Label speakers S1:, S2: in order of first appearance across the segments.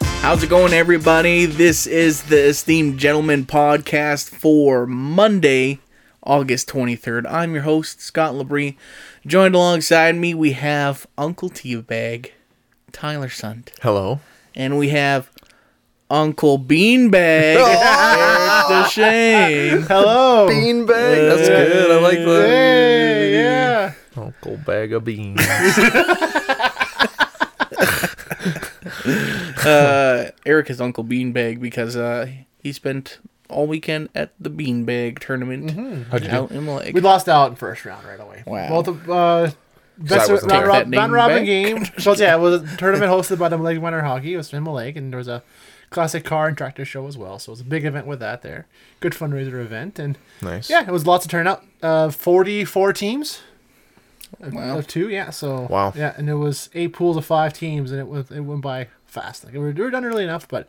S1: How's it going, everybody? This is the Esteemed Gentleman podcast for Monday, August 23rd. I'm your host, Scott Labrie. Joined alongside me, we have Uncle Teabag, Tyler Sunt,
S2: Hello.
S1: and we have Uncle Beanbag, Eric DeShane.
S3: Hello.
S2: Beanbag. That's good. I like that.
S3: Hey, yeah.
S2: Uncle Bag of Beans.
S1: Uh, Eric is Uncle Beanbag because uh, he spent all weekend at the Beanbag tournament out in Lake.
S3: We lost out in first round right away.
S1: Wow.
S3: Both of, uh, best
S2: I wasn't
S3: round,
S2: there.
S3: rob-
S1: That name
S3: round robin
S1: back.
S3: game. So yeah, it was a tournament hosted by the Lake Winter Hockey. It was in Lake, and there was a classic car and tractor show as well. So it was a big event with that there. Good fundraiser event, and
S2: Nice.
S3: yeah, it was lots of turnout. Uh, forty-four teams. Of-
S1: Wow.
S3: Of two, yeah. So
S2: Wow.
S3: yeah, and it was eight pools of five teams, and it was it went by fast. Like we were, we were done early enough, but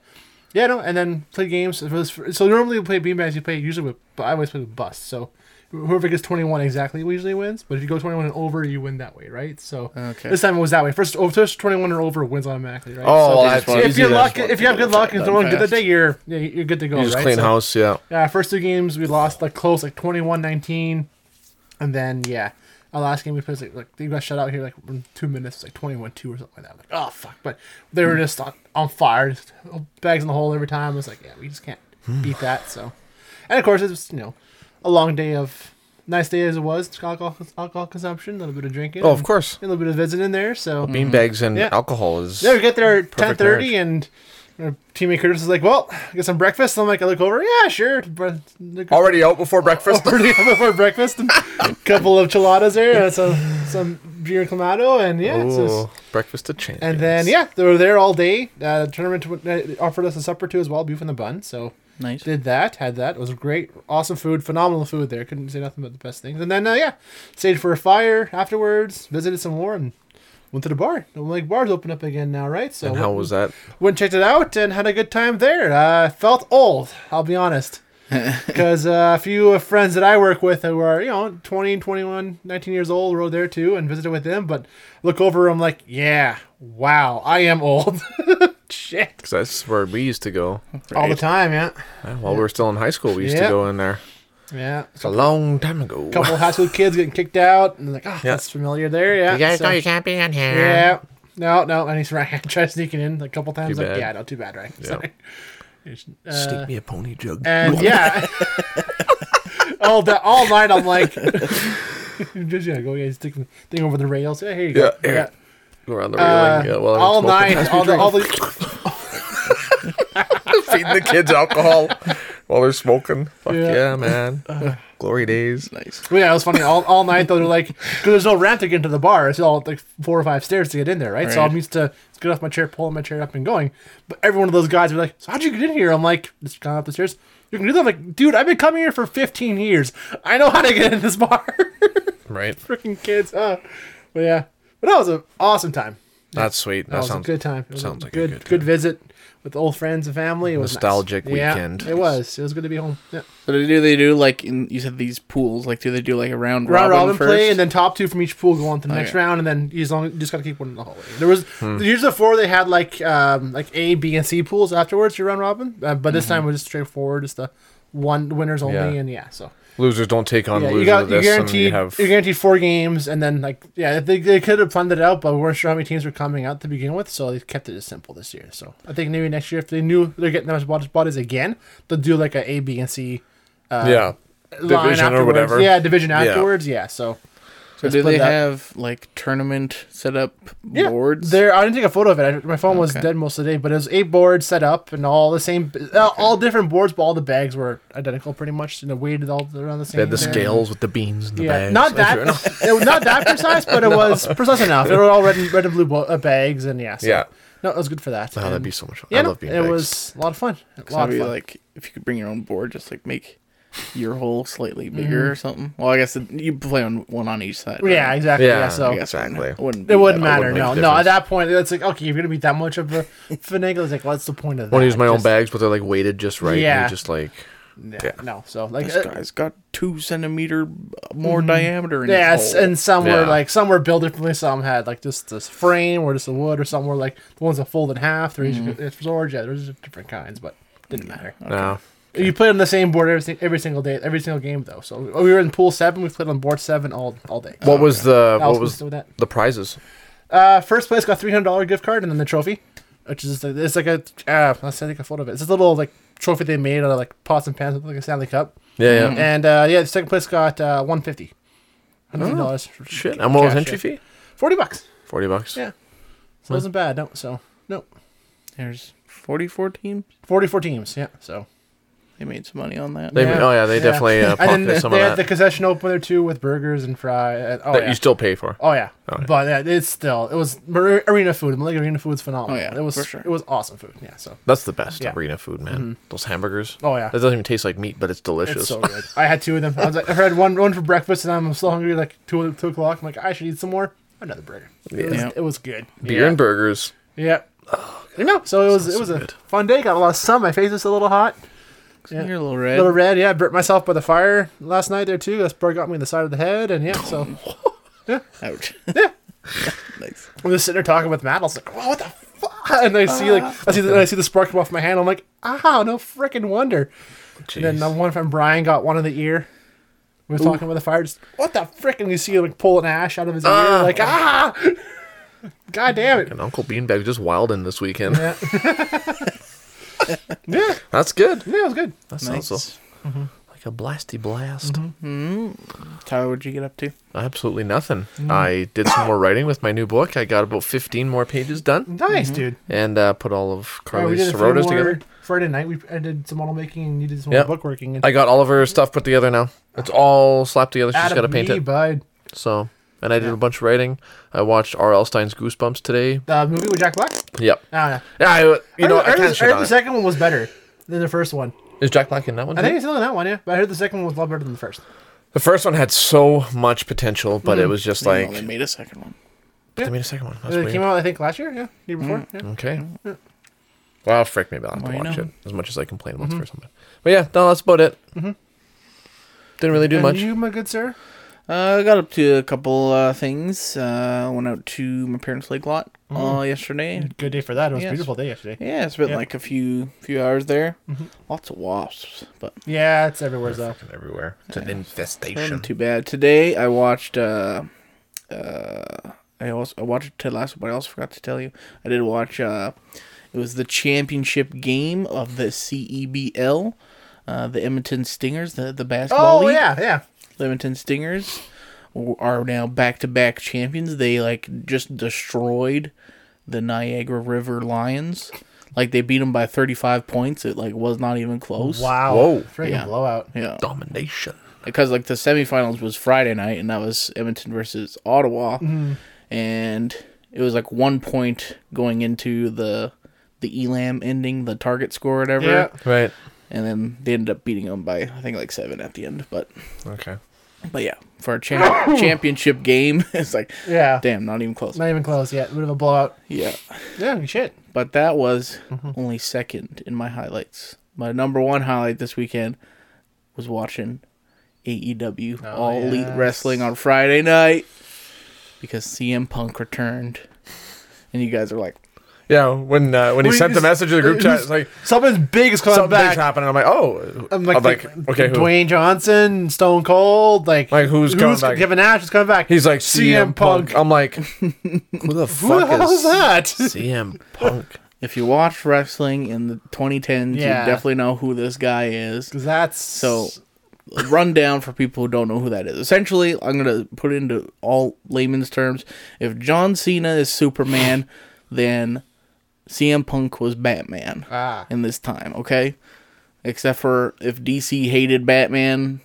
S3: yeah, no. And then played games. For this, so normally we play beanbags. You play usually with, but I always play with bust. So whoever gets twenty one exactly usually wins. But if you go twenty one and over, you win that way, right? So
S1: Okay.
S3: this time it was that way. First, over twenty one or over wins automatically, right?
S2: Oh,
S3: so
S2: that's
S3: if
S2: easy
S3: you
S2: then.
S3: luck, if you have good luck and
S1: Done
S3: someone good that
S1: fast.
S3: day, you're yeah, you're good to go.
S2: You just
S3: right?
S2: clean
S3: So-
S2: house. Yeah.
S3: yeah, Uh, first two games we lost like close, like 21-19. And then yeah, our last game we played like, like they got shut out here like in two minutes, like 21-2 or something like that. Like oh fuck, but they were just on, on fire, just bags in the hole every time. It's like yeah, we just can't
S2: Hmm.
S3: beat that. So, and of course it's you know a long day of nice day as it was alcohol alcohol consumption, a little bit of drinking.
S2: Oh, of
S3: and
S2: course.
S3: a little bit of visiting there. So
S2: Beanbags and
S3: Mm-hmm. Yeah.
S2: alcohol is.
S3: yeah, we get there at ten
S2: Perfect
S3: thirty, and our teammate Curtis is like, "Well, get some breakfast." And I'm like, I look over, yeah, sure. But
S2: Already out before breakfast.
S3: already before breakfast, and a couple of chiladas there, and some some beer and clamato, and yeah, it's just-
S2: Ooh, breakfast to change.
S3: and then yeah, they were there all day. Uh, the tournament w- uh, offered us a supper too as well, beef and the bun. So
S1: Nice.
S3: did that, had that. It was great, awesome food, phenomenal food there. Couldn't say nothing but the best things. And then uh, yeah, stayed for a fire afterwards, visited some more, and. Went to the bar. The Lake Bar's open up again now, right? So
S2: And how was that?
S3: went and checked it out and had a good time there. I felt old, I'll be honest. Because uh, a few of friends that I work with who are, you know, 20, 21, 19 years old rode there too and visited with them. But look over, I'm like, yeah, wow, I am old. Shit.
S2: Because that's where we used to go.
S3: All the time, yeah.
S2: Yeah, while we were still in high school, we used to
S3: Yeah.
S2: go in there.
S3: Yeah.
S2: It's a long time ago.
S3: A couple of high school kids getting kicked out and like, oh,
S2: Yeah.
S3: that's familiar there. Yeah.
S4: You guys
S3: so-
S4: know you can't be in here.
S3: uh, yeah. No, no. And he's right. Tried sneaking in a couple times.
S2: Too
S3: like,
S2: bad.
S3: yeah, no, too bad, right? Sorry. Uh,
S2: Stick me a pony jug.
S3: and yeah, all that all night I'm like, just yeah, go yeah, stick the thing over the rails. Yeah, here you go.
S2: Yeah, here. Go around the railing.
S3: Uh,
S2: yeah, while I'm
S3: all
S2: smoking.
S3: night, all the, all the
S2: feeding the kids alcohol while they're smoking. Fuck
S3: Yeah.
S2: yeah, Uh, man. Glory days. Nice.
S3: well, yeah, it was funny. All, all night though, they're like, because there's no ramp to get into the bar. It's all like four or five stairs to get in there, right? So
S1: Right.
S3: I'm used to get off my chair, pulling my chair up and going. But every one of those guys were like, "So how'd you get in here?" I'm like, just gone up the stairs. You can do that. I'm like, dude, I've been coming here for 15 years. I know how to get in this bar.
S2: Right.
S3: Freaking kids, huh? But yeah, but that was an awesome time.
S2: That's sweet. That,
S3: That, was
S2: sounds
S3: a good time. It was
S2: sounds
S3: a
S2: like a
S3: good,
S2: good
S3: good, visit with old friends and family. It was nice.
S2: Nostalgic
S3: Yeah,
S2: weekend.
S3: it was. It was good to be home. Yeah.
S1: So do they do like in, you said these pools? Like do they do like a round,
S3: Round
S1: robin,
S3: robin,
S1: first? Oh,
S3: play, and then top two from each pool go on to the next
S1: Okay.
S3: round, and then you, as long, you just got to keep one in the hallway. There was
S2: Hmm.
S3: here's the four they had like um, like A, B, and C pools afterwards. You round robin, uh, but this time it was just straightforward. Just the one winners only,
S2: Mm-hmm. Yeah.
S3: and yeah, so
S2: Losers don't take on
S3: yeah,
S2: losers.
S3: you got you
S2: this
S3: guaranteed you
S2: and you have
S3: are guaranteed four games, and then like yeah, they, they could have funded it out, but we weren't sure how many teams were coming out to begin with, so they kept it as simple this year. So I think maybe next year if they knew they're getting as much bodies again, they'll do like a A, B, and C
S2: yeah
S3: line
S2: division or
S3: afterwards.
S2: whatever.
S3: Yeah, division
S2: Yeah.
S3: afterwards. Yeah, so.
S1: so
S3: Just
S1: do
S3: play
S1: they
S3: that.
S1: have like tournament set up
S3: Yeah,
S1: boards?
S3: there. I didn't take a photo of it. I, my phone was
S1: Okay.
S3: dead most of the day, but it was eight boards set up and all the same, uh, all different boards, but all the bags were identical, pretty much, and the weighted all around the same.
S2: They had the
S3: there.
S2: scales with the beans and the
S3: Yeah,
S2: bags.
S3: not that, it was not that precise, but it was precise enough. They were all red and, red and blue bo- uh, bags, and yeah, so-
S2: Yeah.
S3: no, it was good for that.
S2: Oh,
S3: and-
S2: that'd be so much fun.
S3: yeah,
S2: I
S3: no,
S2: love bean
S3: it
S2: bags.
S3: was a lot of fun.
S1: So
S3: A lot
S1: that'd
S3: of
S1: be
S3: fun.
S1: like if you could bring your own board, just like make your hole slightly
S3: Mm-hmm.
S1: bigger or something. Well, I guess it, you play on one on each side. right?
S3: yeah, exactly. Yeah,
S2: Yeah,
S3: so
S1: I guess
S2: Exactly.
S1: It wouldn't. be
S3: it wouldn't
S1: that
S3: matter.
S1: hard.
S2: make
S3: no,
S2: a
S3: no. At
S2: difference.
S3: that point, it's like okay, you're gonna be that much of a finagle. It's like what's the point of
S2: I
S3: that?
S2: want to use my own
S3: Just-
S2: bags, but they're like weighted just right.
S3: Yeah.
S2: And you just like
S3: Yeah,
S2: Yeah.
S3: No, so like
S1: This
S3: uh,
S1: guy's got two centimeter more diameter. In
S3: Mm-hmm. Yes,
S1: its hole.
S3: and some were
S2: Yeah.
S3: like some were built differently. Some had like just this frame or just a wood, or some were like the ones that fold in half. They're
S2: Mm.
S3: each it's storage. Yeah, there's just different kinds, but didn't matter.
S1: Uh,
S2: No.
S3: You played on the same board every, sing- every single day, every single game though. So oh, we were in pool seven. We played on board seven all all day.
S2: What was the
S3: I was
S2: what was
S3: supposed to do
S2: the prizes?
S3: Uh, first place got three hundred dollar gift card and then the trophy, which is like, it's like a uh, I'll send like a photo of it. It's this little like trophy they made out of like pots and pans, like a Stanley Cup.
S2: Yeah, yeah.
S3: And uh, yeah, the second place got uh, one fifty. Hundred dollars.
S2: Shit. And what was entry fee?
S3: Forty bucks.
S2: Forty bucks.
S3: Yeah. So it wasn't bad. No, so no,
S1: there's 44 teams.
S3: forty-four teams. Yeah, so
S1: They made some money on that.
S2: They,
S3: Yeah.
S2: Oh yeah, they
S3: Yeah.
S2: definitely uh,
S3: and
S2: pocketed
S3: then
S2: some
S3: they
S2: of
S3: had
S2: that.
S3: the concession open there too with burgers and fry. And, oh,
S2: that
S3: yeah.
S2: you still pay for.
S3: oh yeah,
S2: yeah.
S3: but yeah, it's still it was mar- arena food. Like arena food's phenomenal.
S1: Oh, yeah,
S3: it was
S1: for sure.
S3: it was awesome food. Yeah, so
S2: That's the best
S3: Yeah.
S2: arena food, man. Those hamburgers.
S3: Oh, yeah.
S2: That doesn't even taste like meat, but Mm-hmm. it's delicious.
S3: it's so good. I had two of them. I was like, I had one one for breakfast, and I'm so hungry. Like two two o'clock. I'm like, I should eat some more. Another burger. It was,
S1: Yeah.
S3: it was good.
S2: Beer
S3: yeah.
S2: and burgers.
S3: Yeah. You know, so it was it was a
S2: good.
S3: fun day. Got a lot of sun. My face is a little hot. yeah.
S1: You're a little red.
S3: Little red, yeah. Burnt myself by the fire last night there too. That bird got me in the side of the head, and yeah. So
S1: Ouch. nice.
S3: I'm just sitting there talking with Matt. I was like, "Oh, what the fuck?" And I see like I see the, I see the spark come off my hand. I'm like, "Ah, no freaking wonder." And then the
S2: Jeez.
S3: one from Brian got one in the ear. We was talking with the fire. Just what the frickin' you see him like pull an ash out of his
S2: Uh.
S3: ear? Like ah, god damn it!
S2: And Uncle Beanbag just wilding this weekend.
S3: Yeah. yeah,
S2: That's good.
S3: yeah, it was good.
S2: That
S1: Nice.
S2: sounds so- like a blasty blast.
S3: Mm-hmm.
S1: Tyler, what'd you get up to?
S2: Absolutely nothing.
S3: Mm-hmm.
S2: I did some more writing with my new book. I got about 15 more pages done
S3: Nice, dude.
S2: and uh, put all of
S3: All right, Oh, we
S2: Carly's
S3: did a few
S2: Sorotas
S3: more
S2: together.
S3: Friday night. We I did some model making and you did some
S2: Yep.
S3: bookworking. And
S2: I got all of her stuff put together now. It's all slapped together. She's
S3: Adam,
S2: got to paint
S3: me,
S2: it.
S3: bud.
S2: So, and I did a bunch of writing. I watched R.L. Stein's Goosebumps today.
S3: The movie with Jack Black.
S2: Yep.
S3: Ah,
S2: Yeah, I, you know,
S3: I
S2: I
S3: heard,
S2: can't
S3: the, I
S2: shit
S3: heard
S2: on
S3: the
S2: it.
S3: second one was better than the first one.
S2: Is Jack Black in that one?
S3: I
S2: too?
S3: think it's still in that one, yeah. But I heard the second one was a lot better than the first.
S2: the first one had so much potential, but
S3: Mm.
S2: it was just like
S1: oh, they made a second one.
S2: they made a second one. That's
S3: It
S2: weird. Mm-hmm.
S3: came out, I think, last year, yeah, year before. Yeah.
S2: Okay. Well, frick, maybe I'll have
S1: Well,
S2: to
S1: you
S2: watch
S1: know.
S2: it as much as I complain
S3: Mm-hmm.
S2: about the first one. But yeah, no, that's about it. Didn't really do
S3: And
S2: much.
S3: you, my good sir.
S1: Uh, I got up to a couple uh, things. Uh, went out to my parents' lake lot uh, yesterday.
S3: Good day for that. It was
S1: Yes.
S3: a beautiful day yesterday.
S1: Yeah, Mm-hmm. it's been
S3: Yeah.
S1: like a few few hours there. Lots of wasps, but
S3: Yeah, it's everywhere though.
S2: Fucking everywhere. It's an infestation.
S1: not too bad. Today I watched. Uh, uh, I also I watched Ted Lasso, but I also forgot to tell you I did watch. Uh, it was the championship game of the CEBL, uh, the Edmonton Stingers, the the basketball
S3: Oh
S1: league.
S3: yeah, yeah.
S1: Leamington Stingers are now back-to-back champions. They like just destroyed the Niagara River Lions. Like they beat them by 35 points. It like was not even close.
S3: Wow.
S2: Whoa.
S3: Freaking
S1: Yeah.
S3: blowout.
S1: Yeah.
S2: Domination.
S1: Because like the semifinals was Friday night and that was Edmonton versus Ottawa.
S3: Mm-hmm.
S1: And it was like 1 point going into the the Elam ending, the target score or whatever.
S3: Yeah.
S2: Right.
S1: And then they ended up beating them by I think like 7 at the end, but
S2: Okay.
S1: But yeah, for a champ- championship game, it's like,
S3: Yeah.
S1: damn, not even close.
S3: Not even close yet. Bit of a blowout.
S1: Yeah.
S3: Yeah, shit.
S1: But that was
S3: Mm-hmm.
S1: only second in my highlights. My number one highlight this weekend was watching AEW All Elite
S3: Oh, yes.
S1: Wrestling on Friday night because CM Punk returned. And you guys are like,
S2: Yeah, when uh, when he
S3: Wait,
S2: sent the
S3: is-
S2: message to the group chat, it's like
S3: Something big is coming
S2: something
S3: back.
S2: big's happening. I'm like, oh,
S3: I'm like,
S2: okay, who?
S3: Dwayne Johnson, Stone Cold, like,
S2: Like, who's coming back?
S3: Kevin Nash is coming back.
S2: He's like CM, Punk. I'm like, who the
S3: Who the
S2: fuck
S3: hell is
S2: is
S3: that?
S2: CM Punk?
S1: if you watch wrestling in the 2010s,
S3: Yeah.
S1: you definitely know who this guy is.
S3: Because that's
S1: So, uh, a rundown for people who don't know who that is. Essentially, I'm going to put it into all layman's terms. If John Cena is Superman, then CM Punk was Batman
S3: Ah.
S1: in this time, okay? Except for if DC hated Batman,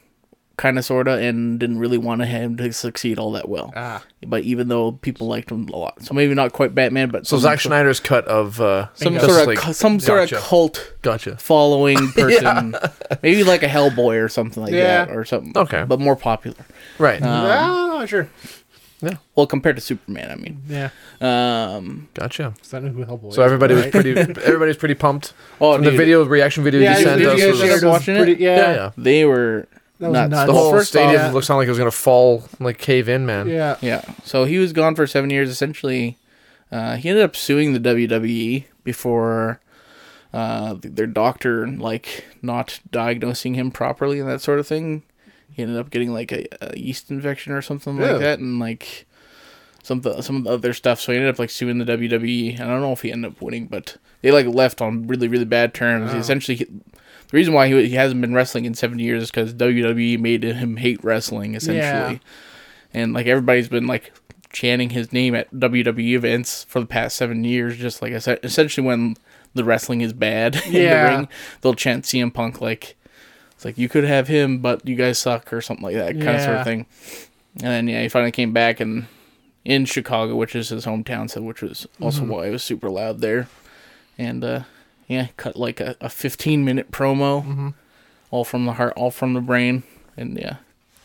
S1: kind of, sort of, and didn't really want him to succeed all that well.
S3: Ah.
S1: But even though people liked him a lot. So maybe not quite Batman, but
S2: So
S1: some
S2: Zack
S1: sort-
S2: Schneider's cut of uh,
S1: some
S2: Justice
S1: sort
S2: League.
S1: of cu- some sort
S2: Gotcha.
S1: of cult
S2: Gotcha.
S1: following person, maybe like a Hellboy or something like
S3: Yeah.
S1: that, or something.
S2: Okay.
S1: but more popular.
S2: Right.
S3: Ah, I'm not sure.
S1: Well, compared to Superman, I mean.
S3: Yeah.
S1: Um,
S2: gotcha.
S3: It's not who Hellboy
S2: So
S3: is.
S2: everybody was pretty. Everybody's pretty pumped.
S1: Oh,
S2: From the
S1: dude.
S2: video reaction video
S3: Yeah,
S2: you
S3: you
S2: sent
S1: did
S2: us,
S1: you
S2: was-
S1: guys
S3: shared
S1: watching it?
S3: pretty-
S2: yeah,
S3: Yeah.
S2: yeah.
S1: they were
S3: That was
S1: Nuts.
S3: nuts.
S1: The
S2: The
S1: Well,
S2: whole
S1: first
S2: stadium
S1: off-
S2: looked looked sound like it was gonna fall, like cave in, man.
S3: Yeah.
S1: Yeah. So he was gone for seven years. Essentially, uh, he ended up suing the WWE before uh, th- their doctor like not diagnosing him properly and that sort of thing. He ended up getting like a, a yeast infection or something
S3: Yeah.
S1: like that, and like some th- some of the other stuff. So he ended up like suing the WWE. And I don't know if he ended up winning, but they like left on really really bad terms. He essentially, the reason why he wa- he hasn't been wrestling in seven years is because WWE E made him hate wrestling essentially and like everybody's been like chanting his name at WWE events for the past seven years. Just like I said, essentially when the wrestling is bad in
S3: Yeah.
S1: the ring, they'll chant CM Punk like it's like you could have him, but you guys suck or something like that kind of sort of
S3: Yeah.
S1: thing. And then yeah, he finally came back and in Chicago, which is his hometown, so which was also
S3: Mm-hmm.
S1: why it was super loud there, and uh, yeah, cut like a, a 15 minute promo,
S3: Mm-hmm.
S1: all from the heart, all from the brain, and yeah,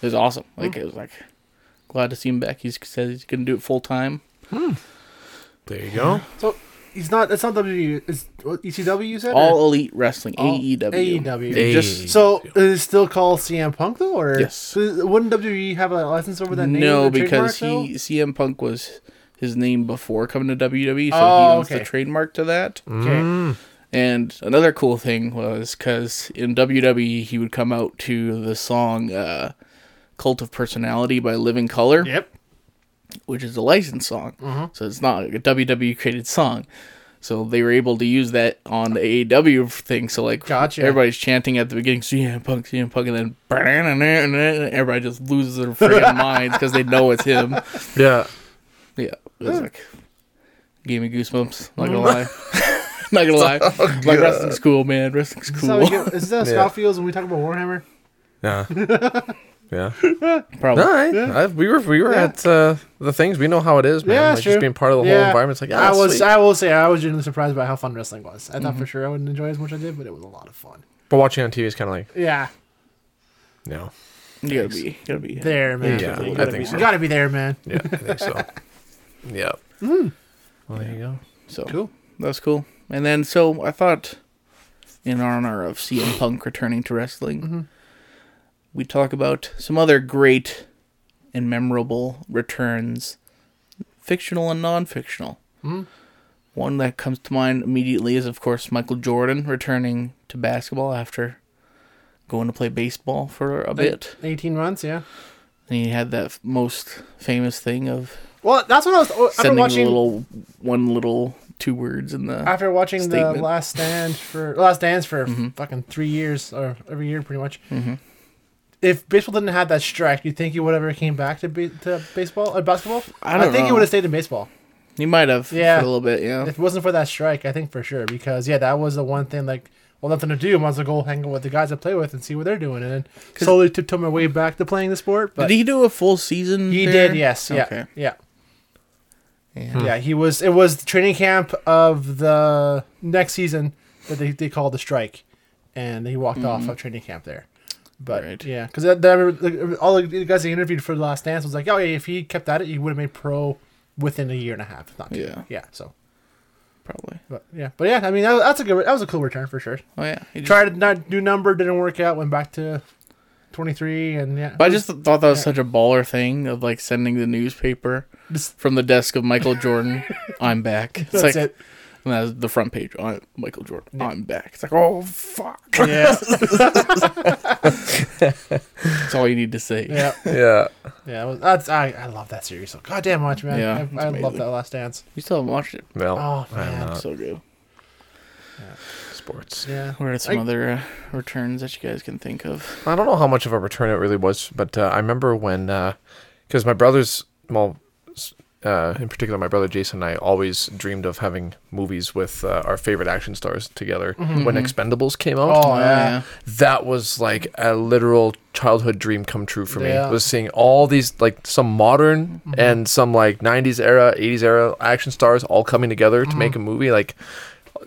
S1: it was awesome.
S3: Mm.
S1: Like it was like glad to see him back. He says he's gonna do it full time.
S2: There you go.
S3: So he's not. That's not WWE. It's what, ECW. You said
S1: All Elite Wrestling,
S3: All- E
S1: AEW.
S3: AEW.
S1: They
S2: Hey.
S1: just
S3: So is it still called CM Punk though, or
S1: Yes.
S3: So wouldn't WWE have a license over that name?
S1: no
S3: the trademark,
S1: because he CM Punk was his name before coming to WWE, so
S3: Oh,
S1: he owns the
S3: okay.
S1: trademark to that.
S3: though? Okay.
S2: Mm.
S1: And another cool thing was because in WWE he would come out to the song uh, "Cult of Personality" by Living Color,
S3: Yep.
S1: which is a licensed song, so it's not a WWE created song. So they were able to use that on the AEW thing. So like
S3: Gotcha.
S1: everybody's chanting at the beginning, CM Punk, CM Punk, and then and everybody just loses their freaking minds because they know it's him.
S2: Yeah.
S1: Yeah, it was like gave me goosebumps. Not gonna lie, not gonna lie.
S2: Oh,
S1: like wrestling's cool, man. Wrestling's
S3: Is that, how we
S1: cool.
S3: get, is that Scott Fields when we talk about Warhammer?
S2: Yeah. yeah.
S1: Probably.
S2: No, I, I, we were we were
S3: Yeah.
S2: at uh, the things. We know how it is, man.
S3: Yeah,
S2: like
S3: true.
S2: just being part of the whole
S3: Yeah.
S2: environment. It's like
S3: I
S2: ah,
S3: was.
S2: sweet. Mm-hmm.
S3: I will say I was genuinely surprised by how fun wrestling was. I thought for sure I wouldn't enjoy it as much as I did, but it was a lot of fun.
S2: but watching on TV is kind of like
S3: Yeah.
S2: no.
S1: You gotta be, gotta be.
S3: There, man.
S2: Yeah,
S3: you
S2: I
S3: gotta,
S2: think
S3: be,
S2: so.
S3: you gotta be there, man.
S2: Yeah, I think so. yeah.
S3: Hmm.
S2: Well, there you go.
S1: So
S3: Cool.
S1: That was cool. And then so I thought, in honor of CM Punk returning to wrestling,
S3: Mm-hmm.
S1: we talk about some other great and memorable returns, fictional and non-fictional.
S3: Mm-hmm.
S1: One that comes to mind immediately is, of course, Michael Jordan returning to basketball after going to play baseball for a bit.
S3: Eighteen months, yeah.
S1: And he had that f- most famous thing of
S3: Well, that's what I was. I've been
S1: sending a
S3: watching.
S1: little one little two words in the
S3: after watching
S1: statement.
S3: the last stand for last dance for
S2: Mm-hmm.
S3: fucking three years or every year pretty much
S1: mm-hmm.
S3: if baseball didn't have that strike you think he would ever came back to, be, to baseball or basketball
S1: I don't
S3: think he
S1: know.
S3: would have stayed in baseball
S1: You might have
S3: Yeah.
S1: for a little bit, yeah.
S3: if it wasn't for that strike i think for sure because yeah that was the one thing like well nothing to do might as well go hang out with the guys i play with and see what they're doing and then slowly tiptoe my way back to playing the sport but
S1: did he do a full season?
S3: he
S1: there?
S3: did yes yeah Hmm.
S1: Okay.
S3: yeah
S1: Yeah.
S3: yeah he was it was the training camp of the next season that they, they called the strike and he walked off of training camp there but
S1: Mm-hmm. Right.
S3: yeah because all the guys they interviewed for the last dance was like oh yeah if he kept at it he would have made pro within a year and a half if not two.
S1: Yeah.
S3: yeah so
S1: Probably.
S3: but yeah but yeah i mean that, that's a good that was a cool return for sure
S1: Oh yeah. He just-
S3: tried to not do number didn't work out went back to 23 and yeah
S1: But I just thought that was such a baller thing of like sending the newspaper
S3: Just-
S1: from the desk of Michael Jordan. I'm back. It's
S3: that's
S1: like,
S3: it
S1: And that was the front page. i Michael Jordan. I'm back. It's like, oh fuck.
S3: yeah
S1: That's all you need to say.
S3: yeah
S2: Yeah.
S3: Yeah, well, that's I, I love that series so goddamn much, man.
S1: Yeah,
S3: I, I
S1: it's
S3: love
S1: amazing.
S3: that Last Dance.
S1: You still haven't watched it.
S2: Well,
S3: Oh,
S2: I'm
S3: man.
S2: not
S1: So good.
S2: sports.
S3: Yeah,
S1: What are some
S3: I-
S1: other uh, returns that you guys can think of?
S2: I don't know how much of a return it really was, but uh, I remember when, because my brothers, well, s- uh, in particular, my brother Jason and I always dreamed of having movies with uh, our favorite action stars together. When Expendables came out,
S3: Oh, yeah.
S2: that was like a literal childhood dream come true for me.
S3: Yeah. Mm-hmm.
S2: Was seeing all these like some modern and some like '90s era, '80s era action stars all coming together to
S3: Mm-hmm.
S2: make a movie like.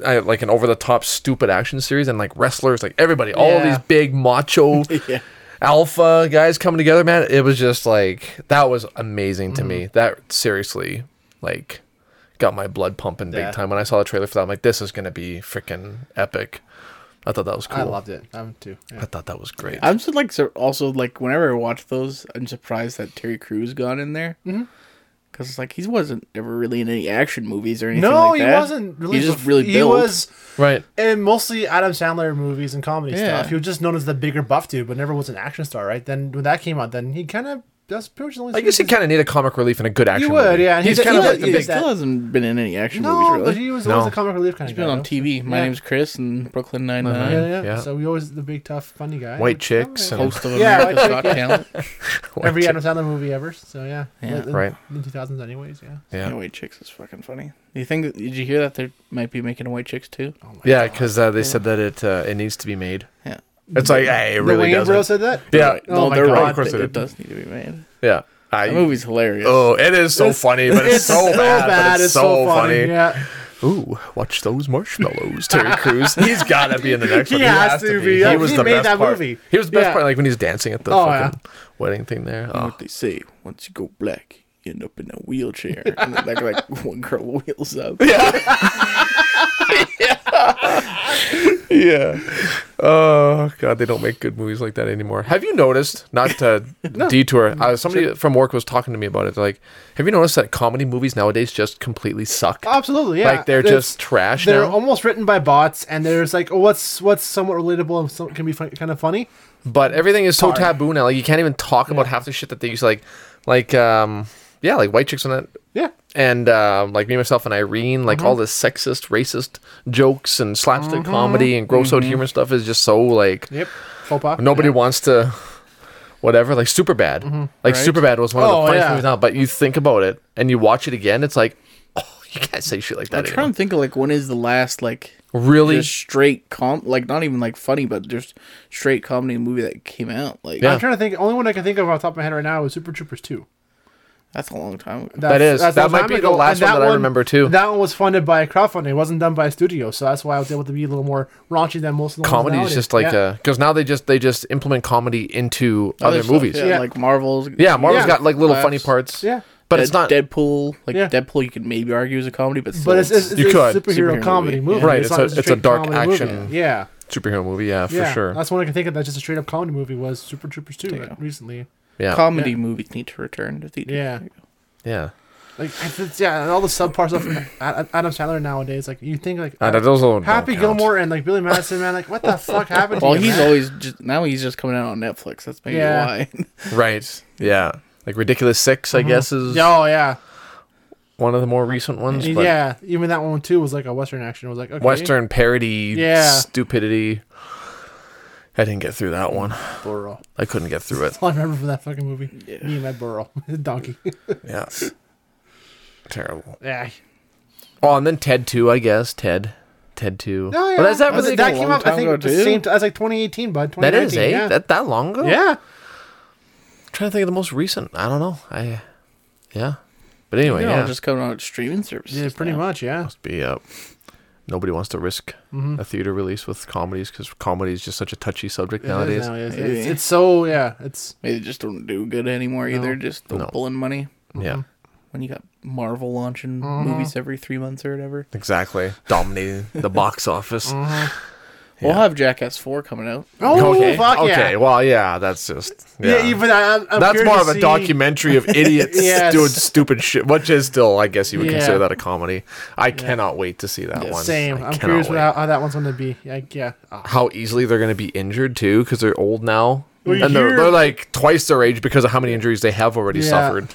S2: I, like an over the top stupid action series and like wrestlers like everybody all
S3: Yeah.
S2: these big macho
S1: Yeah.
S2: alpha guys coming together, man. It was just like that was amazing to
S3: Mm-hmm.
S2: me. That seriously, like, got my blood pumping big
S3: Yeah.
S2: time when I saw the trailer for that. I'm like, this is gonna be freaking epic. I thought that was cool.
S3: I loved it. I would too. Yeah.
S2: I thought that was great.
S1: I'm just like sur- also like whenever I watch those, I'm surprised that Terry Crews got in there because
S3: Mm-hmm.
S1: it's like he wasn't ever really in any action movies or anything.
S3: No,
S1: like
S3: he
S1: that.
S3: wasn't really.
S1: He's just
S3: bef-
S1: really
S3: he
S1: built.
S3: was
S2: Right.
S3: in mostly Adam Sandler movies and comedy
S1: Yeah.
S3: stuff. He was just known as the bigger buff dude, but never was an action star, right? Then when that came out, then he kind of that's pretty much the only.
S2: I guess you kind of need a comic relief and a good action.
S3: would,
S2: movie.
S3: yeah, and
S2: He's
S3: he's-
S2: kind of
S3: he
S2: like the
S3: would-
S1: he
S3: is
S2: big.
S3: that-
S1: still hasn't been in any action
S3: No,
S1: movies
S3: but
S1: really.
S3: he was
S2: No.
S3: always the comic relief kind
S1: He's
S3: of
S1: been
S3: guy.
S1: on
S3: though.
S1: TV. My
S3: Yeah.
S1: name's Chris and Brooklyn Nine
S3: Yeah,
S1: Nine.
S3: yeah,
S2: Yeah.
S3: So we always the big tough funny guy.
S2: White
S3: Like,
S2: chicks
S3: oh,
S2: and-
S1: Host of
S3: Yeah,
S1: America's
S3: I
S1: Got
S3: think, yeah.
S1: Talent.
S3: every
S2: White
S3: Adam Sandler movie ever. So yeah,
S1: Yeah.
S3: Like, in-
S2: Right.
S3: in two thousands anyways. Yeah.
S2: chick. Yeah.
S1: Yeah, White Chicks is fucking funny. Do you think? Did you hear that they might be making a White Chicks too?
S3: Oh my
S2: Yeah, because uh, they said that it uh, it needs to be made.
S1: Yeah.
S2: It's like, hey, it
S3: The
S2: really
S3: Wayans
S2: doesn't.
S3: Bro said that.
S2: yeah,
S3: Oh
S1: no,
S3: my
S1: they're
S3: God,
S1: right.
S2: of course
S1: it,
S2: they
S1: it
S2: did.
S1: does need to be made.
S2: yeah. I,
S1: That movie's hilarious.
S2: oh, it is so funny, but it's, so bad. but it's, so, funny.
S3: Yeah,
S2: Ooh, watch those marshmallows, Terry Crews. He's got to be in the next
S3: He
S2: one.
S3: has to be.
S2: He
S3: Like,
S2: was
S3: he
S2: the
S3: made
S2: best
S3: that
S2: part.
S3: movie.
S2: He was the best
S3: Yeah.
S2: part, like when he's dancing at the
S3: Oh,
S2: fucking wedding thing there.
S1: know
S2: Oh,
S1: what they say once you go black you end up in a wheelchair and then like, like one girl wheels up
S2: yeah. Oh God, they don't make good movies like that anymore. Have you noticed? Not to detour. Uh, somebody from work was talking to me about it. Like, have you noticed that comedy movies nowadays just completely suck?
S3: absolutely. Oh, Yeah,
S2: like they're
S3: It's-
S2: just trash
S3: they're
S2: now.
S3: almost written by bots, and there's like oh, what's what's somewhat relatable and some, can be fun, kind of funny.
S2: but everything is so taboo now. Like you can't even talk about half the shit that they used. to, Like, like um, yeah, like white chicks on that.
S3: Yeah,
S2: And um, like me, myself, and Irene, like
S3: Mm-hmm.
S2: all this sexist, racist jokes and slapstick comedy and gross
S3: Mm-hmm.
S2: out humor stuff is just so like
S3: yep, faux pas.
S2: nobody
S3: Yeah. Mm-hmm.
S2: wants to whatever like super bad like
S1: Right.
S2: super bad was one of
S3: Oh,
S2: the funniest
S3: yeah.
S2: movies now but you think about it and you watch it again it's like oh you can't say shit like
S1: i'm
S2: that
S1: trying to think of like when is the last like
S2: anymore. really
S1: just straight com like not even like funny but just straight comedy movie that came out like
S2: Yeah.
S3: I'm trying to think. Only one I can think of off the top of my head right now is Super Troopers two.
S1: that's a long time ago
S2: That is.
S3: a
S2: That
S3: long
S2: might
S3: time
S2: be the last
S3: and
S2: one that I remember, too.
S3: That one was funded by crowdfunding. It wasn't done by a studio, so that's why I was able to be a little more raunchy than most of the ones
S2: comedy is
S3: nowadays.
S2: just like
S3: yeah.
S2: because now they just they just implement comedy into other,
S1: stuff,
S2: movies yeah,
S1: yeah,
S3: Yeah.
S1: like marvel's
S2: marvel's
S3: Yeah.
S2: got like little funny
S1: Laughs.
S2: parts
S3: yeah.
S2: but
S1: Dead-
S2: it's not
S1: deadpool like
S3: Yeah.
S1: deadpool you could maybe argue is a comedy but still
S3: But it's, it's, it's
S2: You
S3: a
S2: could.
S3: superhero,
S1: Superhero
S3: comedy
S1: movie,
S3: movie.
S2: yeah. Right,
S3: It's
S2: it's
S3: not
S2: a-
S3: just
S2: it's a
S3: straight
S2: dark
S3: comedy movie.
S2: action
S3: Yeah.
S2: superhero movie yeah for
S3: yeah.
S2: sure
S3: That's one I can think of that's just a straight up comedy movie was Super Troopers 2 like, recently.
S2: yeah
S1: comedy movies need to return to theaters
S3: Yeah.
S2: yeah
S3: Like it's, it's- yeah, and all the subparts of Ad- Adam Sandler nowadays, like you think like
S2: I know, those alone don't
S3: Happy
S2: count.
S3: Gilmore and like Billy Madison, man, like what the fuck happened to
S1: well
S3: you?
S1: he's
S3: man?
S1: always just now he's just coming out on netflix that's maybe
S3: Yeah.
S1: why
S2: right yeah like ridiculous six I guess is
S3: Yeah, oh yeah,
S2: one of the more recent ones but
S3: yeah. Even that one too was like a Western action. It was like okay,
S2: Western parody
S3: Yeah.
S2: stupidity. I didn't get through that one.
S3: Burrow.
S2: I couldn't get through it.
S3: That's all I remember from that fucking movie. Me and my Burrow, the donkey.
S2: Yeah. Terrible.
S3: yeah.
S2: Oh, and then Ted 2, I guess. Ted. Ted 2.
S3: No, Oh, yeah.
S2: But that's that
S3: That's-
S2: really
S1: a
S3: that
S1: long
S3: came up. I
S1: time
S3: think
S1: ago,
S3: at the
S1: too.
S3: same. T- that's like 2018, bud.
S2: that is, eh?
S3: 2019, Yeah.
S2: That that long ago?
S3: yeah.
S2: I'm trying to think of the most recent. I don't know. I yeah. But anyway,
S1: They're all
S2: yeah.
S1: just coming out streaming services.
S3: Yeah, pretty
S1: now.
S3: much. Yeah. Mm-hmm.
S2: must be up. Nobody wants to risk a theater release with comedies because comedy is just such a touchy subject
S3: It is
S2: nowadays.
S3: now, It's,
S1: Yeah.
S3: it's, it's so yeah. It's
S1: They just don't do good anymore either. Just the
S2: No.
S1: pulling money
S2: Yeah.
S3: Mm-hmm.
S1: when you got Marvel launching
S3: Uh-huh.
S1: movies every three months or whatever.
S2: Exactly. Dominating the box office.
S1: We'll have Jackass Four coming out.
S3: oh fuck yeah.
S2: Okay, well, yeah, that's just
S3: yeah.
S2: yeah.
S3: Even I, I'm I'm
S2: that's
S3: curious
S2: more
S3: to
S2: of a
S3: see-
S2: documentary of idiots
S3: Yes.
S2: doing stupid shit, which is still, I guess, you would
S3: Yeah.
S2: consider that a comedy. I cannot wait to see that
S1: Yeah,
S2: one.
S3: Same.
S2: I
S3: I'm
S2: cannot
S3: curious
S2: wait.
S3: what, how, how that one's going to be. Like, yeah. Ah.
S2: how easily they're going to be injured too, because they're old now,
S3: Well, you
S2: and they're,
S3: hear-
S2: they're like twice their age because of how many injuries they have already
S3: Yeah.
S2: suffered.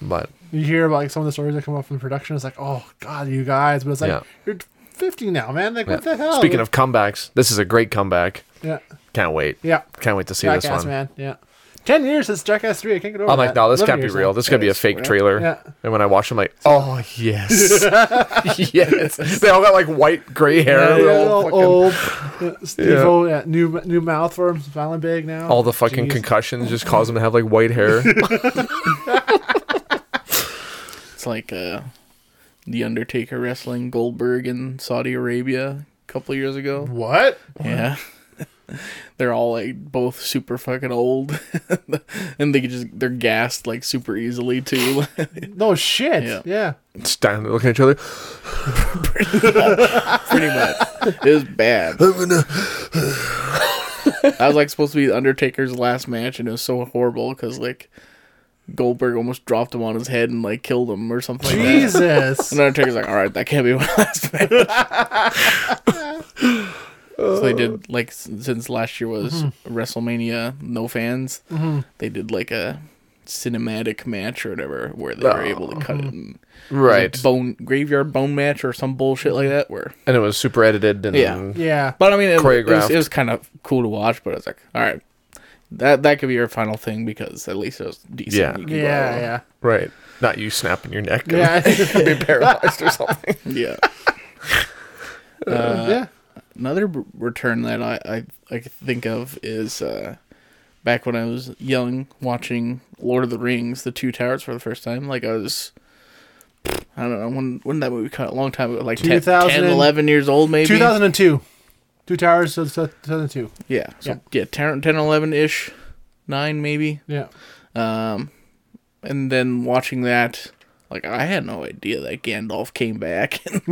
S2: But
S3: You hear about like some of the stories that come up from production. It's like, oh god, you guys. But it's like
S2: Yeah.
S3: you're 50 now, man. Like, what
S2: yeah.
S3: the hell?
S2: speaking of comebacks, this is a great comeback.
S3: yeah,
S2: Can't wait.
S3: yeah.
S2: Can't wait to see this
S3: Jackass,
S2: one.
S3: man. Yeah. Ten years since Jackass three. I can't get over.
S2: I'm like,
S3: that.
S2: no, this
S3: 11
S2: can't be
S3: years
S2: real.
S3: now.
S2: This could be a fake trailer.
S3: Yeah.
S2: And when I watch them, like, oh yes, yes. They all got like white gray hair.
S3: Yeah,
S2: They're
S3: yeah,
S2: all
S3: all
S2: fucking-
S3: old. Steve O, yeah, new new mouth for him. Smiling big now.
S2: all the fucking
S3: Oh, Jeez. Oh,
S2: concussions just cause them to have like white hair.
S1: It's like uh, the Undertaker wrestling Goldberg in Saudi Arabia a couple years ago.
S3: what?
S1: Yeah. They're all like both super fucking old, and they just they're gassed like super easily too.
S3: No shit.
S1: Yeah.
S3: Yeah.
S2: Standing there looking at each other.
S1: Pretty much. It was bad.
S2: I'm gonna
S1: That was like supposed to be the Undertaker's last match, and it was so horrible because like Goldberg almost dropped him on his head and like killed him or something. like that.
S3: Jesus.
S1: And Undertaker's like, all right, that can't be my last match. so they did like s- since last year was
S2: Mm-hmm.
S1: WrestleMania, no fans. They did like a cinematic match or whatever where they were able to cut it. And
S2: Oh, mm-hmm. right,
S1: Bone graveyard bone match or some bullshit like that. Where,
S2: and it was super edited and
S1: Yeah.
S3: Yeah.
S1: but I mean, it, it was,
S2: Choreographed.
S1: it was kind of cool to watch. But I was like, all right. That, that could be your final thing because at least it was decent.
S2: Yeah.
S1: You can go out.
S3: Yeah,
S2: right, not you snapping your neck. and
S3: yeah. Yeah.
S2: Be paralyzed or something.
S1: Yeah.
S3: Uh,
S1: Uh,
S3: yeah.
S1: another b- return that I, I I could think of is uh, back when I was young watching Lord of the Rings, The Two Towers for the first time. Like I was, I don't know when when that movie cut a long time ago, like 10,
S3: 2000
S1: 10, 11 years old maybe.
S3: 2002. Two Towers, so- so- 2002.
S1: Yeah, so
S3: Yeah.
S1: yeah, 10, 10 11 ish, nine maybe.
S3: Yeah.
S1: Um, and then watching that, like I had no idea that Gandalf came back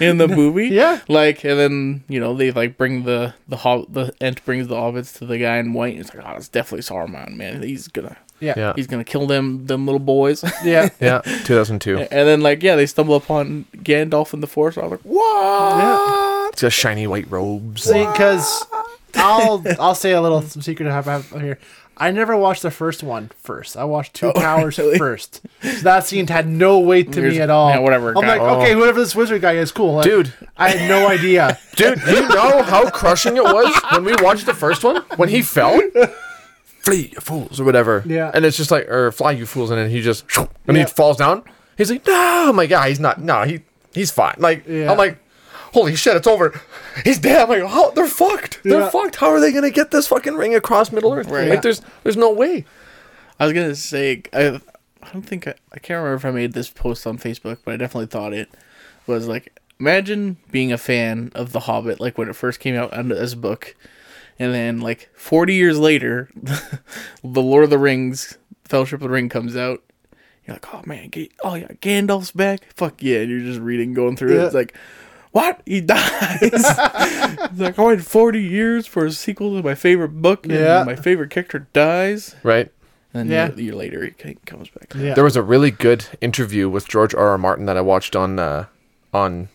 S1: in the movie.
S3: Yeah.
S1: Like, and then you know they like bring the the hob the Ent brings the hobbits to the guy in white. And it's like, oh, it's definitely Saruman, man. He's gonna
S3: Yeah.
S2: Yeah,
S1: he's gonna kill them them little boys.
S3: Yeah.
S2: yeah, 2002.
S1: and then like yeah, they stumble upon Gandalf in the forest. I was like, what?
S2: It's got shiny white robes.
S3: See, because I'll I'll say a little secret I have- I have here. I never watched the first one first. I watched
S2: Oh,
S3: Two Towers first. So that scene had no weight to
S1: Here's-
S3: me at all.
S1: yeah, whatever,
S3: I'm
S1: guy-
S3: like, okay, whoever this wizard guy is, cool. Like,
S2: Oh. Dude.
S3: I had no idea.
S2: Dude, do you know how crushing it was when we watched the first one? When he fell? Flee, you fools, or whatever.
S3: Yeah.
S2: And it's just like, or fly, you fools, and then he just, and he
S3: Yeah.
S2: falls down. He's like, no, I'm like, yeah, he's not, no, he, he's fine. Like,
S3: Yeah.
S2: I'm like, holy shit, it's over. He's dead. I'm like, how, they're fucked. They're
S3: Yeah.
S2: fucked. How are they gonna get this fucking ring across Middle Earth?
S1: Right.
S2: Like, there's, there's no way.
S1: I was gonna say I, I don't think I, I can't remember if I made this post on Facebook, but I definitely thought it was like imagine being a fan of The Hobbit like when it first came out under as a book, and then like forty years later, The Lord of the Rings Fellowship of the Ring comes out. You're like, oh man, Ga- oh yeah, Gandalf's back. Fuck yeah! And you're just reading, going through
S3: Yeah.
S1: it. It's like, what? He dies. it's like I waited forty years for a sequel to my favorite book, and
S3: Yeah.
S1: my favorite character dies.
S2: Right.
S1: And
S3: Yeah.
S1: then a year later, he ca- comes back.
S3: Yeah.
S2: There was a really good interview with George R. R. Martin that I watched on uh, on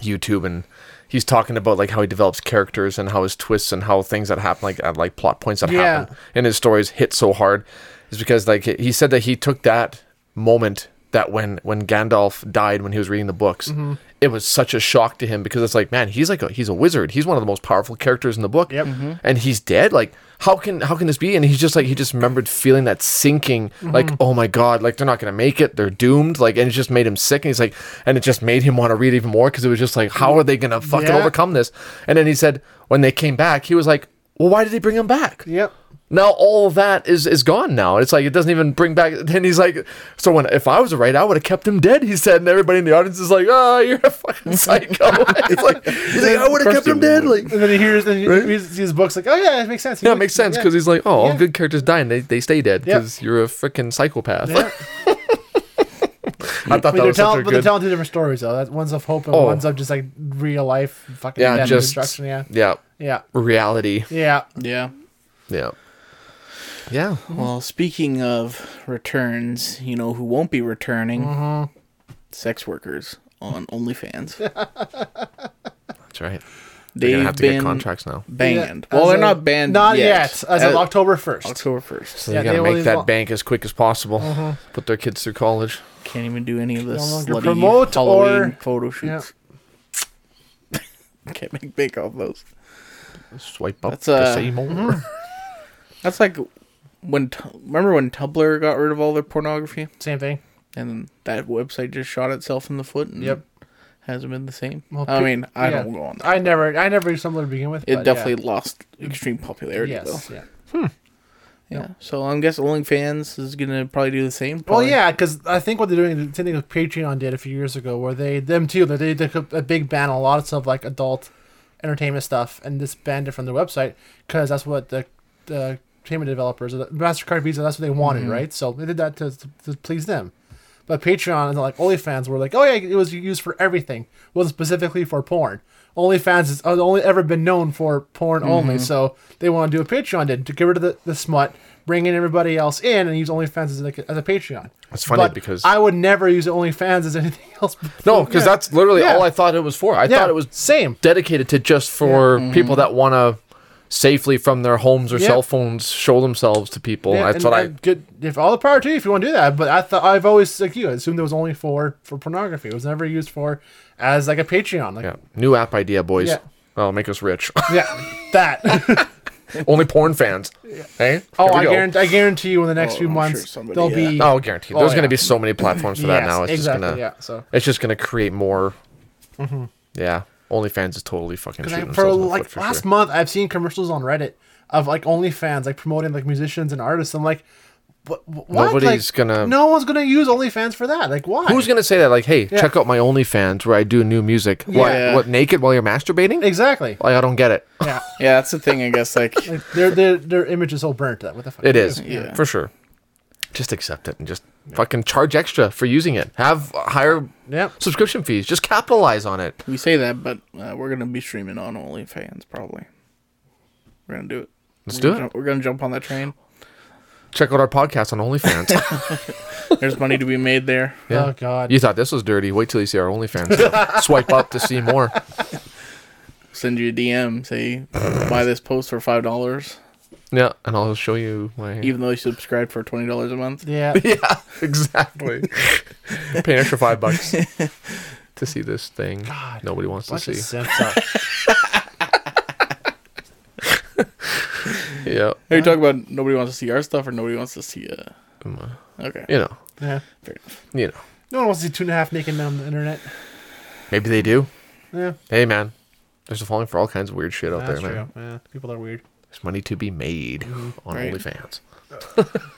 S2: YouTube, and he's talking about like how he develops characters and how his twists and how things that happen, like uh, like plot points that
S3: Yeah.
S2: happen in his stories, hit so hard, is because like he said that he took that moment that when when Gandalf died when he was reading the books.
S3: Mm-hmm.
S2: It was such a shock to him because it's like, man, he's like a he's a wizard. He's one of the most powerful characters in the book
S3: Yep. Mhm.
S2: and he's dead like how can how can this be and he's just like he just remembered feeling that sinking
S3: Mm-hmm.
S2: like oh my god like they're not gonna make it they're doomed like and it just made him sick and he's like and it just made him want to read even more because it was just like how are they gonna fucking
S3: Yeah.
S2: overcome this and then he said when they came back he was like well why did they bring him back
S3: Yep.
S2: now all of that is is gone now. It's like it doesn't even bring back. And he's like, so when if I was right, I would have kept him dead. He said, and everybody in the audience is like, oh, you're a fucking psycho. it's like, he's like, I would have
S1: Of course
S2: kept him
S1: you
S2: dead.
S1: would.
S2: Like,
S3: And then he hears and he reads these books like, oh yeah, it makes sense. He
S2: yeah, it
S3: would-
S2: makes sense
S3: yeah.
S2: because he's like, oh,
S3: Yeah.
S2: all good characters die and they, they stay dead
S3: Yeah.
S2: because you're a freaking psychopath.
S3: Yeah.
S2: I thought
S3: But
S2: that
S3: they're,
S2: was such
S3: telling,
S2: a
S3: but they're
S2: good.
S3: telling two different stories though. That one's of hope and
S2: Oh.
S3: one's of just like real life fucking
S2: Yeah,
S3: death
S2: just-
S3: and destruction. Yeah,
S2: yeah,
S3: yeah,
S2: reality.
S3: yeah.
S1: Yeah.
S2: Yeah, yeah.
S3: Mm-hmm.
S1: Well, speaking of returns, you know who won't be returning?
S3: Mm-hmm.
S1: Sex workers on OnlyFans.
S2: That's right. They're
S1: They've
S2: gonna have to
S1: been
S2: get contracts now.
S1: banned.
S3: Yeah,
S1: well,
S3: uh, as
S1: they're
S3: of-
S1: not banned.
S3: Not
S1: yet.
S3: yet. As of October first.
S1: October first.
S2: So they
S3: Yeah,
S2: gotta
S3: they Oh.
S2: make
S3: only
S2: that
S3: want-
S2: bank as quick as possible. Put their kids through college.
S1: Can't even do any of this
S3: longer
S1: slutty
S3: promote
S1: Halloween
S3: or-
S1: photo
S3: Yeah.
S1: shoots. Can't make big off those.
S2: Swipe up
S1: That's,
S2: to
S1: uh,
S2: say more.
S1: That's like when Tu- remember when Tumblr got rid of all their pornography,
S3: Same thing.
S1: and that website just shot itself in the foot. And
S3: Yep.
S1: hasn't been the same.
S3: Well,
S1: I
S3: pe-
S1: mean, I
S3: yeah.
S1: don't go on that.
S3: I never, I never used Tumblr to begin with.
S1: It
S3: but
S1: definitely lost extreme popularity
S3: yeah. yes,
S1: though.
S3: yeah.
S1: Yeah. So I'm guessing OnlyFans is gonna probably do the same.
S3: Well,
S1: probably.
S3: yeah, because I think what they're doing, the same thing with Patreon did a few years ago, where they them too, they they took a, a big ban on a lot of stuff like adult entertainment stuff, and just banned it from their website because that's what the
S1: Mm-hmm.
S3: the payment developers, the Mastercard, Visa, that's what they wanted, right? So they did that to, to, to please them. But Patreon and like OnlyFans were like, oh yeah, it was used for everything. Wasn't specifically for porn. OnlyFans has only ever been known for porn
S2: Mm-hmm.
S3: only, so they want to do what Patreon did to get rid of the, the smut, bring in everybody else in, and use OnlyFans as like a, as a Patreon.
S2: It's funny
S3: But
S2: because-
S3: I would never use OnlyFans as anything else.
S2: No, because
S3: Yeah.
S2: that's literally
S3: Yeah.
S2: all I thought it was for. I
S3: Yeah,
S2: thought it was
S3: same.
S2: dedicated to just for people that want to safely from their homes or
S3: Yeah.
S2: cell phones show themselves to people.
S3: Yeah,
S2: that's
S3: and
S2: what I.
S3: that good if all the power to you if you want to do that. But I thought I've always like you I assumed it was only for for pornography. It was never used for as like a Patreon. Like
S2: Yeah, new app idea, boys.
S3: Yeah.
S2: Well, make us rich.
S3: yeah, that.
S2: Only porn fans. Hey.
S3: oh,
S2: Here we
S3: I
S2: go.
S3: guarantee, I guarantee you in the next
S1: Oh,
S3: few
S1: I'm
S3: months
S1: sure somebody-
S3: there'll
S1: yeah.
S3: be
S2: Oh, guarantee.
S3: Oh,
S2: There's
S3: yeah.
S2: going to be so many platforms for that
S3: Yes,
S2: now. It's
S3: exactly.
S2: just gonna.
S3: yeah. So
S2: It's just gonna create more. Yeah. OnlyFans is totally fucking
S3: Because
S2: shooting
S3: I, for
S2: themselves in the
S3: like
S2: foot for
S3: last
S2: sure.
S3: month, I've seen commercials on Reddit of like OnlyFans like promoting like musicians and artists. I'm like, what? what?
S2: Nobody's
S3: Like,
S2: gonna-
S3: No one's gonna use OnlyFans for that. Like, why?
S2: Who's gonna say that? Like, hey, check out my OnlyFans where I do new music.
S1: Yeah.
S2: What? What? Naked while you're masturbating?
S3: exactly?
S2: Like, I don't get it.
S3: Yeah,
S1: Yeah, that's the thing. I guess like
S3: like, their their their image is so burnt that what the fuck
S2: It is
S1: Yeah.
S2: for sure. Just accept it and just fucking charge extra for using it. Have higher
S3: Yeah.
S2: subscription fees. Just capitalize on it.
S1: we say that, but uh, we're gonna be streaming on OnlyFans probably. We're gonna do it.
S2: Let's
S1: We're
S2: do
S1: gonna
S2: it.
S1: jump- we're gonna jump on that train.
S2: Check out our podcast on OnlyFans.
S1: There's money to be made there.
S2: Yeah.
S3: Oh god.
S2: you thought this was dirty. Wait till you see our OnlyFans. stuff. Swipe up to see more.
S1: Send you a DM. Say buy this post for five dollars,
S2: Yeah, and I'll show you my.
S1: even though you subscribe for twenty dollars a month.
S3: Yeah.
S2: Yeah, exactly. Pay an extra five bucks to see this thing
S3: God,
S2: nobody wants to
S3: Bunch of
S2: see.
S3: simps out.
S2: Yeah,
S1: Are you talking about nobody wants to see our stuff or nobody wants to see uh Okay.
S2: Mm, you know,
S3: yeah.
S1: Fair enough.
S2: you know.
S3: No one wants to see two and a half naked men on the internet.
S2: Maybe they do.
S3: Yeah.
S2: Hey, man, there's a falling for all kinds of weird shit out
S3: That's
S2: there, man.
S3: true. Yeah. People are weird. Mm-hmm.
S2: There's money to be made on
S1: Right.
S2: OnlyFans.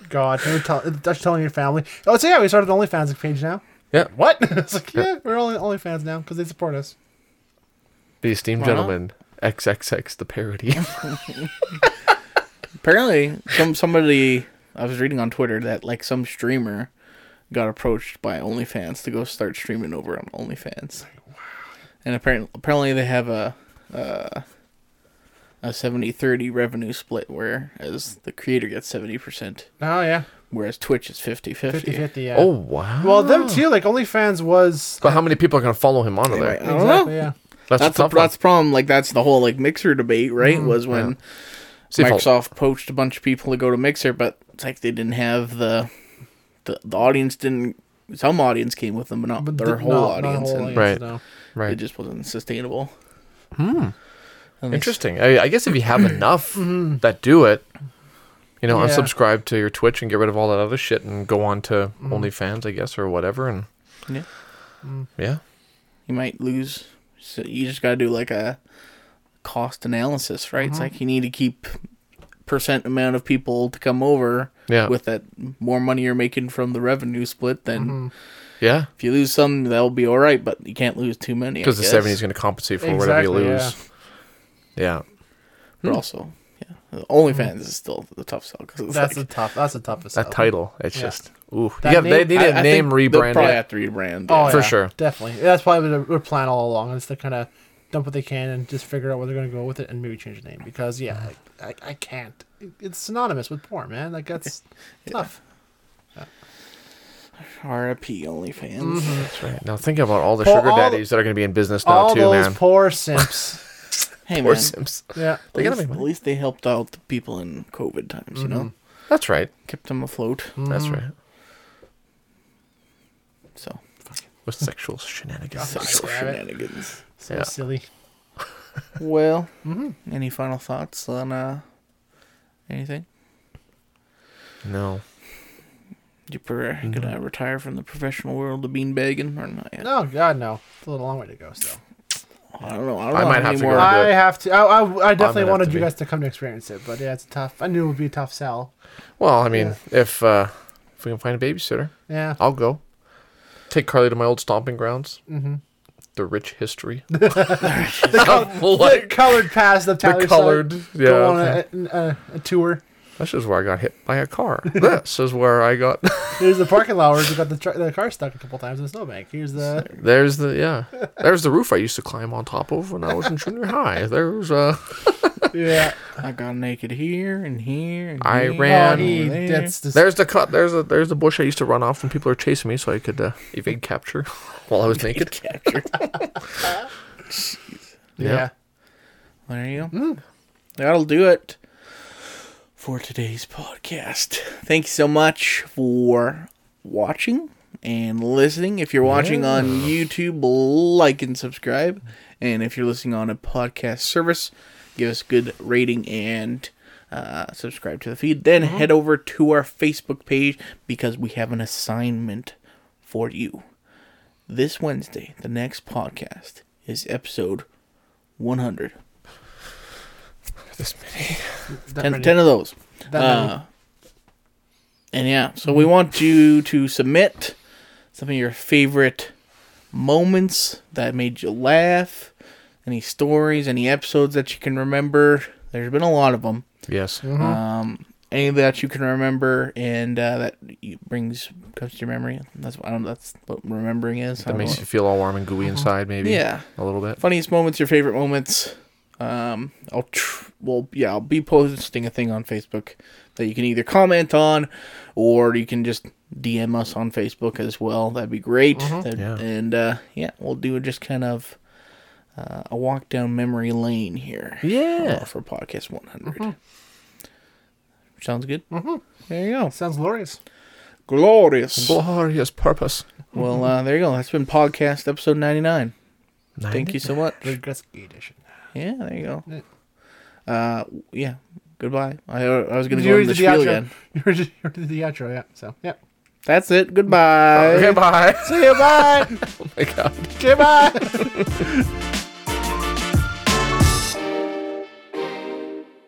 S3: God, you were tell, that's telling your family. Oh, so yeah, we started the OnlyFans page now.
S2: Yeah,
S3: What? it's like, yeah, we're only OnlyFans now because they support us.
S2: the esteemed
S1: Why not?
S2: gentleman XXX the parody.
S1: Apparently, some somebody I was reading on Twitter that like some streamer got approached by OnlyFans to go start streaming over on OnlyFans. And apparently, apparently they have a uh, a 70-30 revenue split, where as the creator gets seventy percent,
S3: Oh yeah,
S1: whereas Twitch is 50-50.
S3: 50-50, Yeah.
S2: oh wow.
S3: Well, them too. Like OnlyFans was
S2: but how many people are gonna follow him onto there?
S1: Right, I don't know.
S3: exactly yeah.
S2: That's,
S1: That's
S2: a
S1: the,
S2: tough one. Mm-hmm.
S1: that's the problem. Like that's the whole like Mixer debate, right? was when
S2: See if I'll-
S1: Microsoft poached a bunch of people to go to Mixer, but it's like they didn't have the the, the audience didn't some audience came with them, but not
S3: But
S1: their
S3: th-
S1: whole
S3: not- not
S1: audience,
S3: whole
S1: and
S2: Right.
S3: no.
S2: Right.
S1: it just wasn't sustainable. Hmm.
S2: Interesting. I, I guess if you have enough that do it, you know,
S3: Yeah.
S2: unsubscribe to your Twitch and get rid of all that other shit and go on to OnlyFans, I guess, or whatever. And
S1: Yeah.
S2: yeah,
S1: you might lose. So you just got to do like a cost analysis, right?
S3: Uh-huh.
S1: It's like you need to keep percent amount of people to come over
S2: Yeah.
S1: with that more money you're making from the revenue split then
S3: Uh-huh. Mm-hmm.
S2: yeah,
S1: if you lose some that'll be all right but you can't lose too many
S2: because the
S1: seventies.
S2: seventy is going to compensate for whatever
S3: Exactly,
S2: you
S3: yeah.
S2: lose. Yeah.
S1: But also, yeah, OnlyFans is still the tough sell because
S3: That's the top. That's the toughest.
S2: that
S3: sell.
S2: title, it's
S3: Yeah.
S2: just ooh.
S3: That
S2: yeah, they
S3: name-
S2: need a name
S1: They'll probably
S2: rebranded.
S1: have to rebrand.
S3: Oh,
S1: yeah.
S2: For
S3: yeah,
S2: sure.
S3: Definitely. That's probably their, their plan all along. Is to kind of dump what they can and just figure out where they're going to go with it and maybe change the name because yeah,
S2: Mm-hmm.
S3: I, I, I can't. It- It's synonymous with porn, man. Like that's tough.
S1: R.I.P. OnlyFans.
S2: That's right. Now think about all the
S3: Well,
S2: sugar
S3: all the-
S2: daddies that are going to be in business now
S3: all
S2: too,
S3: those
S2: man.
S3: poor simps.
S1: Hey
S2: Poor
S1: man,
S2: Sims.
S3: yeah.
S2: They
S1: at, least,
S2: gotta make
S1: at
S2: money.
S1: least they helped out the people in COVID times. You know,
S2: That's right.
S1: kept them afloat.
S2: That's
S3: Mm-hmm.
S2: right.
S1: So
S2: With sexual shenanigans.
S1: sexual
S3: grab it.
S1: shenanigans.
S3: So
S2: Yeah.
S3: silly. Mm-hmm.
S1: Well, any final thoughts on uh anything?
S2: No.
S1: You pre- could I retire from the professional world of beanbagging or not yet?
S3: No, God, no. It's a little long way to go still.
S1: I don't know. I don't
S2: I
S1: know
S2: might
S1: how
S2: have
S1: many
S2: to
S1: more-
S2: go.
S3: I
S2: it.
S3: have to. I, I, I
S2: gonna
S3: definitely
S2: have
S3: wanted
S2: to
S3: you
S2: be.
S3: guys to come to experience it, but yeah, it's a tough. I knew it would be a tough sell.
S2: Well, I mean, if uh, if we can find a babysitter,
S3: Yeah.
S2: I'll go. Take Carly to my old stomping grounds. Mm-hmm. The rich history. the
S3: The colored pass of Tyler.
S2: colored. Yeah.
S3: Go on
S2: okay.
S3: a, a, a, a tour.
S2: This is where I got hit by a car. this is where I got.
S3: Here's the parking lot where we got the, tr- the car stuck a couple times in the snowbank. Here's the
S2: There's the yeah. There's the roof I used to climb on top of when I was in junior high. There's uh.
S3: yeah.
S1: I got naked here and here. And
S2: I
S1: here.
S3: Oh,
S2: ran-
S3: he,
S1: there.
S3: that's just,
S2: There's the cut. There's a there's the bush I used to run off when people are chasing me, so I could uh, evade capture while I was naked.
S3: yeah.
S1: There you go. That'll do it for today's podcast. Thank you so much for watching and listening. If you're watching on YouTube, like and subscribe. And if you're listening on a podcast service, give us a good rating and uh, subscribe to the feed. Then head over to our Facebook page because we have an assignment for you. This Wednesday, the next podcast is episode 100.
S2: This many.
S3: That
S1: Ten,
S3: many-
S1: ten of those.
S3: that
S1: Uh, and yeah, so we want you to submit some of your favorite moments that made you laugh, any stories, any episodes that you can remember. There's been a lot of them.
S2: Yes.
S3: Mm-hmm.
S1: Um, any that you can remember and uh, that you- brings comes to your memory. That's what I don't. That's what remembering is. I
S2: That Mm-hmm.
S1: don't
S2: makes
S1: know.
S2: you feel all warm and gooey inside, maybe.
S1: Yeah.
S2: A little bit.
S1: funniest moments, your favorite moments. Um, I'll tr- well, yeah, I'll be posting a thing on Facebook that you can either comment on, or you can just DM us on Facebook as well. That'd be great. That-
S2: Yeah.
S1: And uh, yeah, we'll do just kind of uh, a walk down memory lane here.
S2: Yeah.
S1: uh, for podcast 100. Sounds good. Mm-hmm. There you go.
S3: Sounds glorious.
S1: Glorious.
S2: Glorious purpose.
S1: well, uh, there you go. That's been podcast episode 99. Thank you so much.
S3: Regreski edition.
S1: Yeah, there you go.
S3: Yeah.
S1: Uh, yeah. Goodbye. I I was gonna
S3: You
S1: go
S3: already
S1: into the
S3: did
S1: spiel
S3: the outro.
S1: again.
S3: You already you already did the outro, yeah. So, yeah.
S1: That's it. Goodbye.
S2: Okay, bye.
S3: See you, bye.
S2: oh my god.
S3: Goodbye.